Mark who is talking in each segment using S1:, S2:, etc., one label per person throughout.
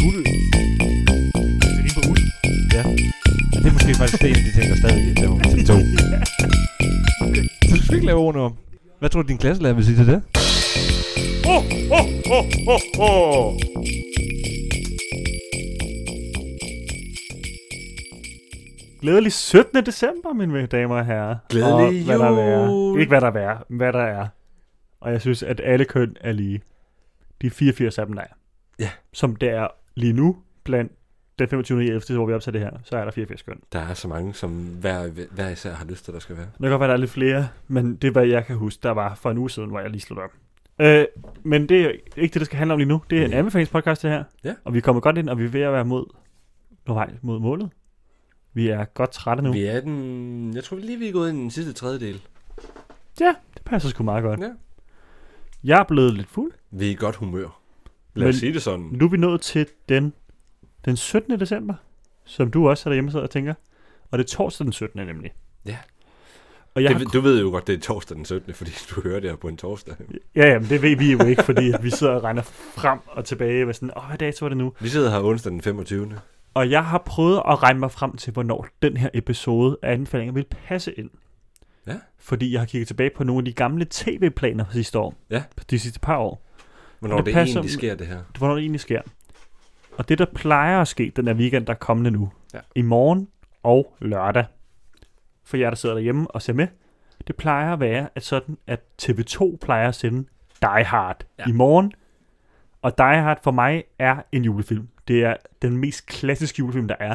S1: guld.
S2: Altså, Det er lige på uld.
S1: Og det er måske faktisk det, en af de ting, der stadig er på til to. Så du skal ikke lave ordene om. Hvad tror du, din klasselærer vil sige til det?
S2: Glædelig 17. december, mine damer og herrer.
S3: Glædelig
S2: og hvad Der er.
S3: jul.
S2: Ikke hvad der er, men hvad der er. Og jeg synes, at alle køn er lige. De 84 af dem, der er.
S3: Ja.
S2: Som det er lige nu, blandt den 25. i 11. hvor vi optager det her, så er der 84 køn.
S3: Der er så mange, som hver, hver især har lyst til, der skal være.
S2: Det kan godt være, der er lidt flere, men det er, hvad jeg kan huske, der var for en uge siden, hvor jeg lige slog op. Øh, men det er ikke det, det skal handle om lige nu. Det er en
S3: Nej.
S2: anbefalingspodcast, det her.
S3: Mm. Ja.
S2: Og vi er kommet godt ind, og vi er ved at være mod, på vej mod målet. Vi er godt trætte nu.
S3: Vi er den... Jeg tror lige, vi er gået ind i den sidste tredjedel.
S2: Det passer sgu meget godt.
S3: Ja.
S2: Jeg er blevet lidt fuld.
S3: Vi er i godt humør. Lad os
S2: Men-
S3: sige det sådan.
S2: Nu er vi nået til den, den 17. december, som du også er derhjemme og sidder og tænker. Og det er torsdag den 17. nemlig.
S3: Ja.
S2: Og jeg
S3: Det,
S2: har
S3: ved- du ved jo godt, det er torsdag den 17., fordi du hører det her på en torsdag.
S2: Ja, jamen, det ved vi jo ikke, fordi vi sidder og regner frem og tilbage med sådan, åh, hvad dato er det nu?
S3: Vi sidder her onsdag den 25.
S2: Og jeg har prøvet at regne mig frem til, hvornår den her episode af anbefalinger vil passe ind.
S3: Ja.
S2: Fordi jeg har kigget tilbage på nogle af de gamle tv-planer fra sidste år.
S3: Ja.
S2: De sidste par år.
S3: Hvornår
S2: Det
S3: det, det
S2: passer-
S3: egentlig sker, det her.
S2: Hvornår det egentlig sker. Og det, der plejer at ske den her weekend, der er kommende nu.
S3: Ja.
S2: I morgen og lørdag. For jer, der sidder derhjemme og ser med. Det plejer at være at sådan, at TV2 plejer at sende Die Hard
S3: Ja.
S2: i morgen. Og Die Hard for mig er en julefilm. Det er den mest klassiske julefilm, der er.
S3: Ja.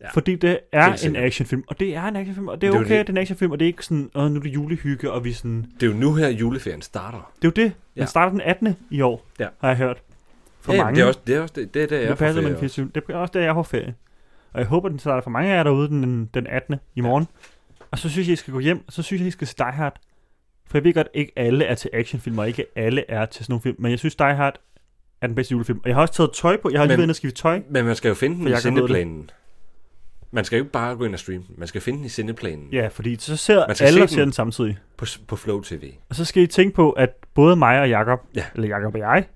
S2: Ja. Fordi det er
S3: Helt
S2: en
S3: sikkert.
S2: actionfilm, og det er en actionfilm, og det er
S3: Det er
S2: okay,
S3: jo
S2: det er,
S3: det.
S2: en actionfilm, og det er ikke sådan, åh, nu er det julehygge, og vi sådan...
S3: Det er jo nu her, juleferien starter.
S2: Det er jo det. Den
S3: Ja.
S2: starter den 18. i år,
S3: Ja.
S2: har jeg hørt. For
S3: ja,
S2: mange.
S3: Det er også det, er også det, det er der, jeg
S2: Det
S3: får
S2: passer med
S3: ferie
S2: den 24. Det er også der, jeg får ferie. Og jeg håber, den starter for mange af jer derude den, den 18. i morgen. Og så synes jeg, I skal gå hjem, og så synes jeg, I skal se Die Hard. For jeg ved godt, ikke alle er til actionfilm, og ikke alle er til sådan nogle film. Men jeg synes, Die Hard er den bedste julefilm. Og jeg har også taget tøj på. Jeg har lige
S3: Men-
S2: været inde og skifte tøj.
S3: Men man skal jo finde den
S2: For
S3: i
S2: jeg kan nå det.
S3: sendeplanen. Man skal jo ikke bare gå ind og streame den. Man skal finde den i sendeplanen
S2: Ja, fordi så ser
S3: Man skal
S2: alle
S3: se
S2: og ser
S3: den.
S2: den samtidig.
S3: på, s- på Flow TV.
S2: Og så skal I tænke på, at både mig og Jakob,
S3: Ja.
S2: eller Jakob og jeg,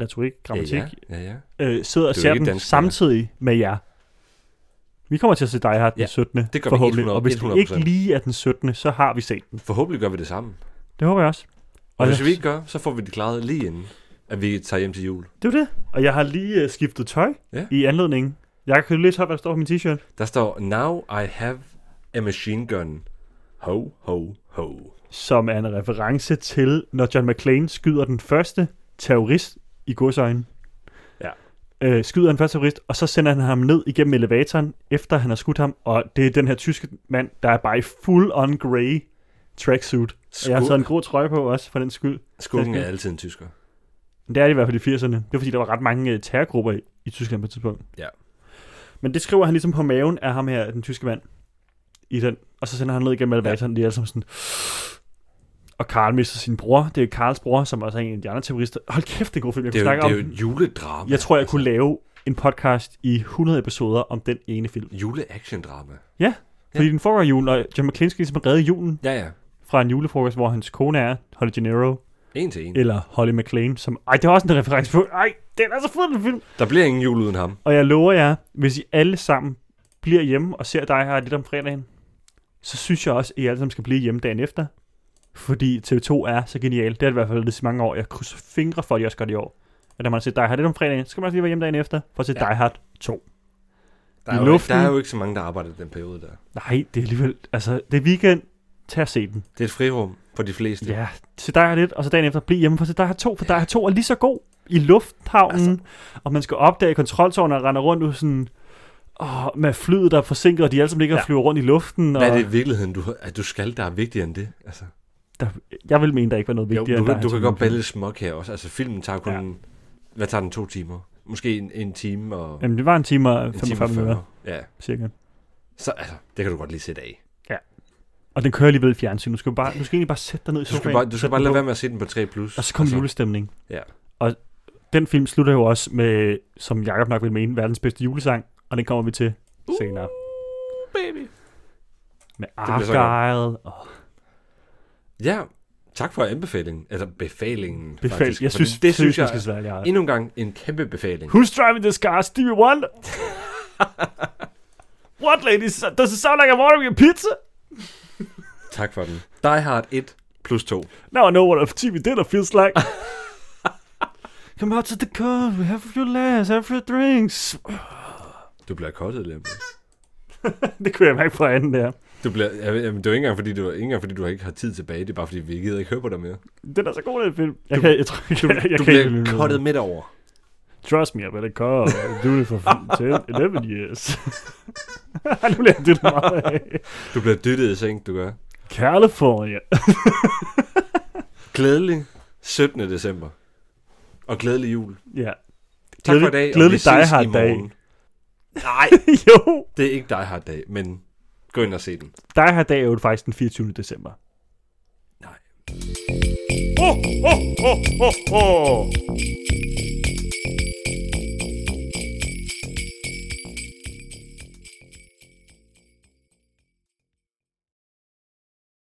S2: retorik, grammatik,
S3: Ja, ja, ja, ja.
S2: Øh, sidder og
S3: Det er
S2: ser
S3: jo ikke
S2: den
S3: dansk,
S2: samtidig med jer. Vi kommer til at se Die Hard den
S3: Ja,
S2: 17.
S3: det gør vi
S2: forhåbentlig,
S3: 100,
S2: og hvis det ikke
S3: 100%.
S2: lige er den 17., så har vi set den.
S3: Forhåbentlig gør vi det sammen.
S2: Det håber jeg også.
S3: Og hvis
S2: jeg,
S3: vi ikke gør, så får vi det klaret lige inden, at vi tager hjem til jul.
S2: Det er jo det. Og jeg har lige øh, skiftet tøj
S3: Ja.
S2: i anledningen. Jeg kan jo læse op, hvad der står på min t-shirt.
S3: Der står, Now I have a machine gun. Ho, ho, ho.
S2: Som er en reference til, når John McClane skyder den første terrorist i godsøjne.
S3: Ja.
S2: Øh, skyder den første terrorist, og så sender han ham ned igennem elevatoren, efter han har skudt ham. Og det er den her tyske mand, der er bare i full-on grey tracksuit. Og jeg har taget en
S3: Skurken,
S2: grå trøje på også, for den skyld.
S3: skurken er altid en tysker.
S2: Men det er det i hvert fald i 80'erne. Det er fordi, der var ret mange øh, terrorgrupper i, i Tyskland på et tidspunkt.
S3: Ja.
S2: Men det skriver han ligesom på maven af ham her, den tyske mand. I den. Og så sender han ned igennem elevatoren, ja. de er alle sammen sådan... Og Karl mister sin bror. Det er Karls bror, som også er en af de andre terrorister. Hold kæft, det er en god film, jeg
S3: Det er
S2: kunne
S3: jo, det er
S2: snakke
S3: jo
S2: om.
S3: et juledrama.
S2: Jeg tror, jeg kunne lave en podcast i 100 episoder om den ene film.
S3: Juleaction-drama.
S2: Fordi den foregår i julen, og John McClane skal ligesom redde julen
S3: Ja, ja.
S2: fra en julefrokost, hvor hans kone er, Holly Gennaro,
S3: En til en.
S2: eller Holly McLean, som... Ej, det er også en reference på... Ej, den er så fed, den film!
S3: Der bliver ingen jul uden ham.
S2: Og jeg lover jer, hvis I alle sammen bliver hjemme og ser dig her lidt om fredagen, så synes jeg også, at I alle sammen skal blive hjemme dagen efter. Fordi TV2 er så genial. Det er det i hvert fald det så mange år. Jeg krydser fingre for, at de også gør det i år. At når man har set dig her lidt om fredagen, så skal man også lige være hjemme dagen efter for at se ja.
S3: Ja.
S2: Die Hard 2.
S3: Der
S2: I
S3: er, jo ikke,
S2: luften.
S3: der er jo ikke så mange, der arbejder i den periode der.
S2: Nej, det er alligevel... Altså, det er weekend. Tag og se den.
S3: Det er et frirum for de fleste.
S2: Ja, se dig her lidt, og så dagen efter bliv hjemme for at se dig her 2, for dig her 2 er lige så god i lufthavnen, altså. og man skal opdage kontroltårnet og render rundt ud sådan... Åh, med flyet, der er forsinket, og de alle sammen ligger ja. og
S3: Ja.
S2: flyver rundt i luften. Og...
S3: Hvad er det i virkeligheden, du, at du skal, der er vigtigere end det? Altså,
S2: der, jeg vil mene, der ikke var noget vigtigere.
S3: jo, du,
S2: end der
S3: kan,
S2: er
S3: du
S2: hans
S3: kan godt
S2: film.
S3: bælge lidt smuk her også. Altså, filmen tager kun... Ja. Hvad tager den? To timer? Måske en, en time og...
S2: Jamen, det var en time og
S3: en time
S2: 45 minutter,
S3: Ja.
S2: cirka.
S3: Så altså, det kan du godt lige sætte af.
S2: Og den kører alligevel i fjernsyn. Du skal, jo bare, du skal egentlig bare sætte dig ned i
S3: Du
S2: sofaen.
S3: skal bare, du skal
S2: sætte
S3: bare
S2: den
S3: lade
S2: på,
S3: være med at se den på 3+. Plus.
S2: Og så kommer altså, julestemning.
S3: Ja.
S2: Og den film slutter jo også med, som Jakob nok vil mene, verdens bedste julesang. Og den kommer vi til uh, senere.
S3: Uh, baby.
S2: Med
S3: bliver så godt.
S2: Argyle. Og
S3: Ja, Tak for anbefalingen. Altså befalingen,
S2: Befal.
S3: faktisk.
S2: Jeg
S3: For
S2: synes,
S3: det, det synes jeg
S2: skal
S3: er
S2: være jeg.
S3: endnu en gang en kæmpe befaling.
S2: Who's driving this car? Stevie Wonder? What, ladies? Does it sound like I'm ordering a pizza?
S3: Tak for den. Die Hard 1 plus 2.
S2: Now I know what a TV dinner feels like. Come out to the car, we have a few laughs, have a few drinks.
S3: Du bliver kottet lidt.
S2: det kunne jeg mærke på anden der.
S3: Du bliver, jamen, det er jo ikke engang, fordi du, ikke engang, fordi du ikke har tid tilbage. Det er bare, fordi vi gider ikke høre på dig mere.
S2: Den er så god, den film. Jeg, kan, jeg tror ikke, jeg, jeg kan
S3: Du bliver
S2: ikke-
S3: kottet midt over.
S2: Trust me, I've been a car. I do it for 10, 11 years. Ej, nu bliver jeg det meget af.
S3: Du bliver dyttet i seng, du gør.
S2: California.
S3: Glædelig 17. december. Og glædelig jul.
S2: Ja.
S3: Tak for i
S2: Glædelig-
S3: dag, og vi
S2: glædelig
S3: ses
S2: Die Hard
S3: i morgen. Nej,
S2: jo.
S3: det er ikke Die Hard dag, men gå ind og se den.
S2: Dig har dag er jo faktisk den 24. december.
S3: Nej.
S2: Oh, oh, oh, oh, oh.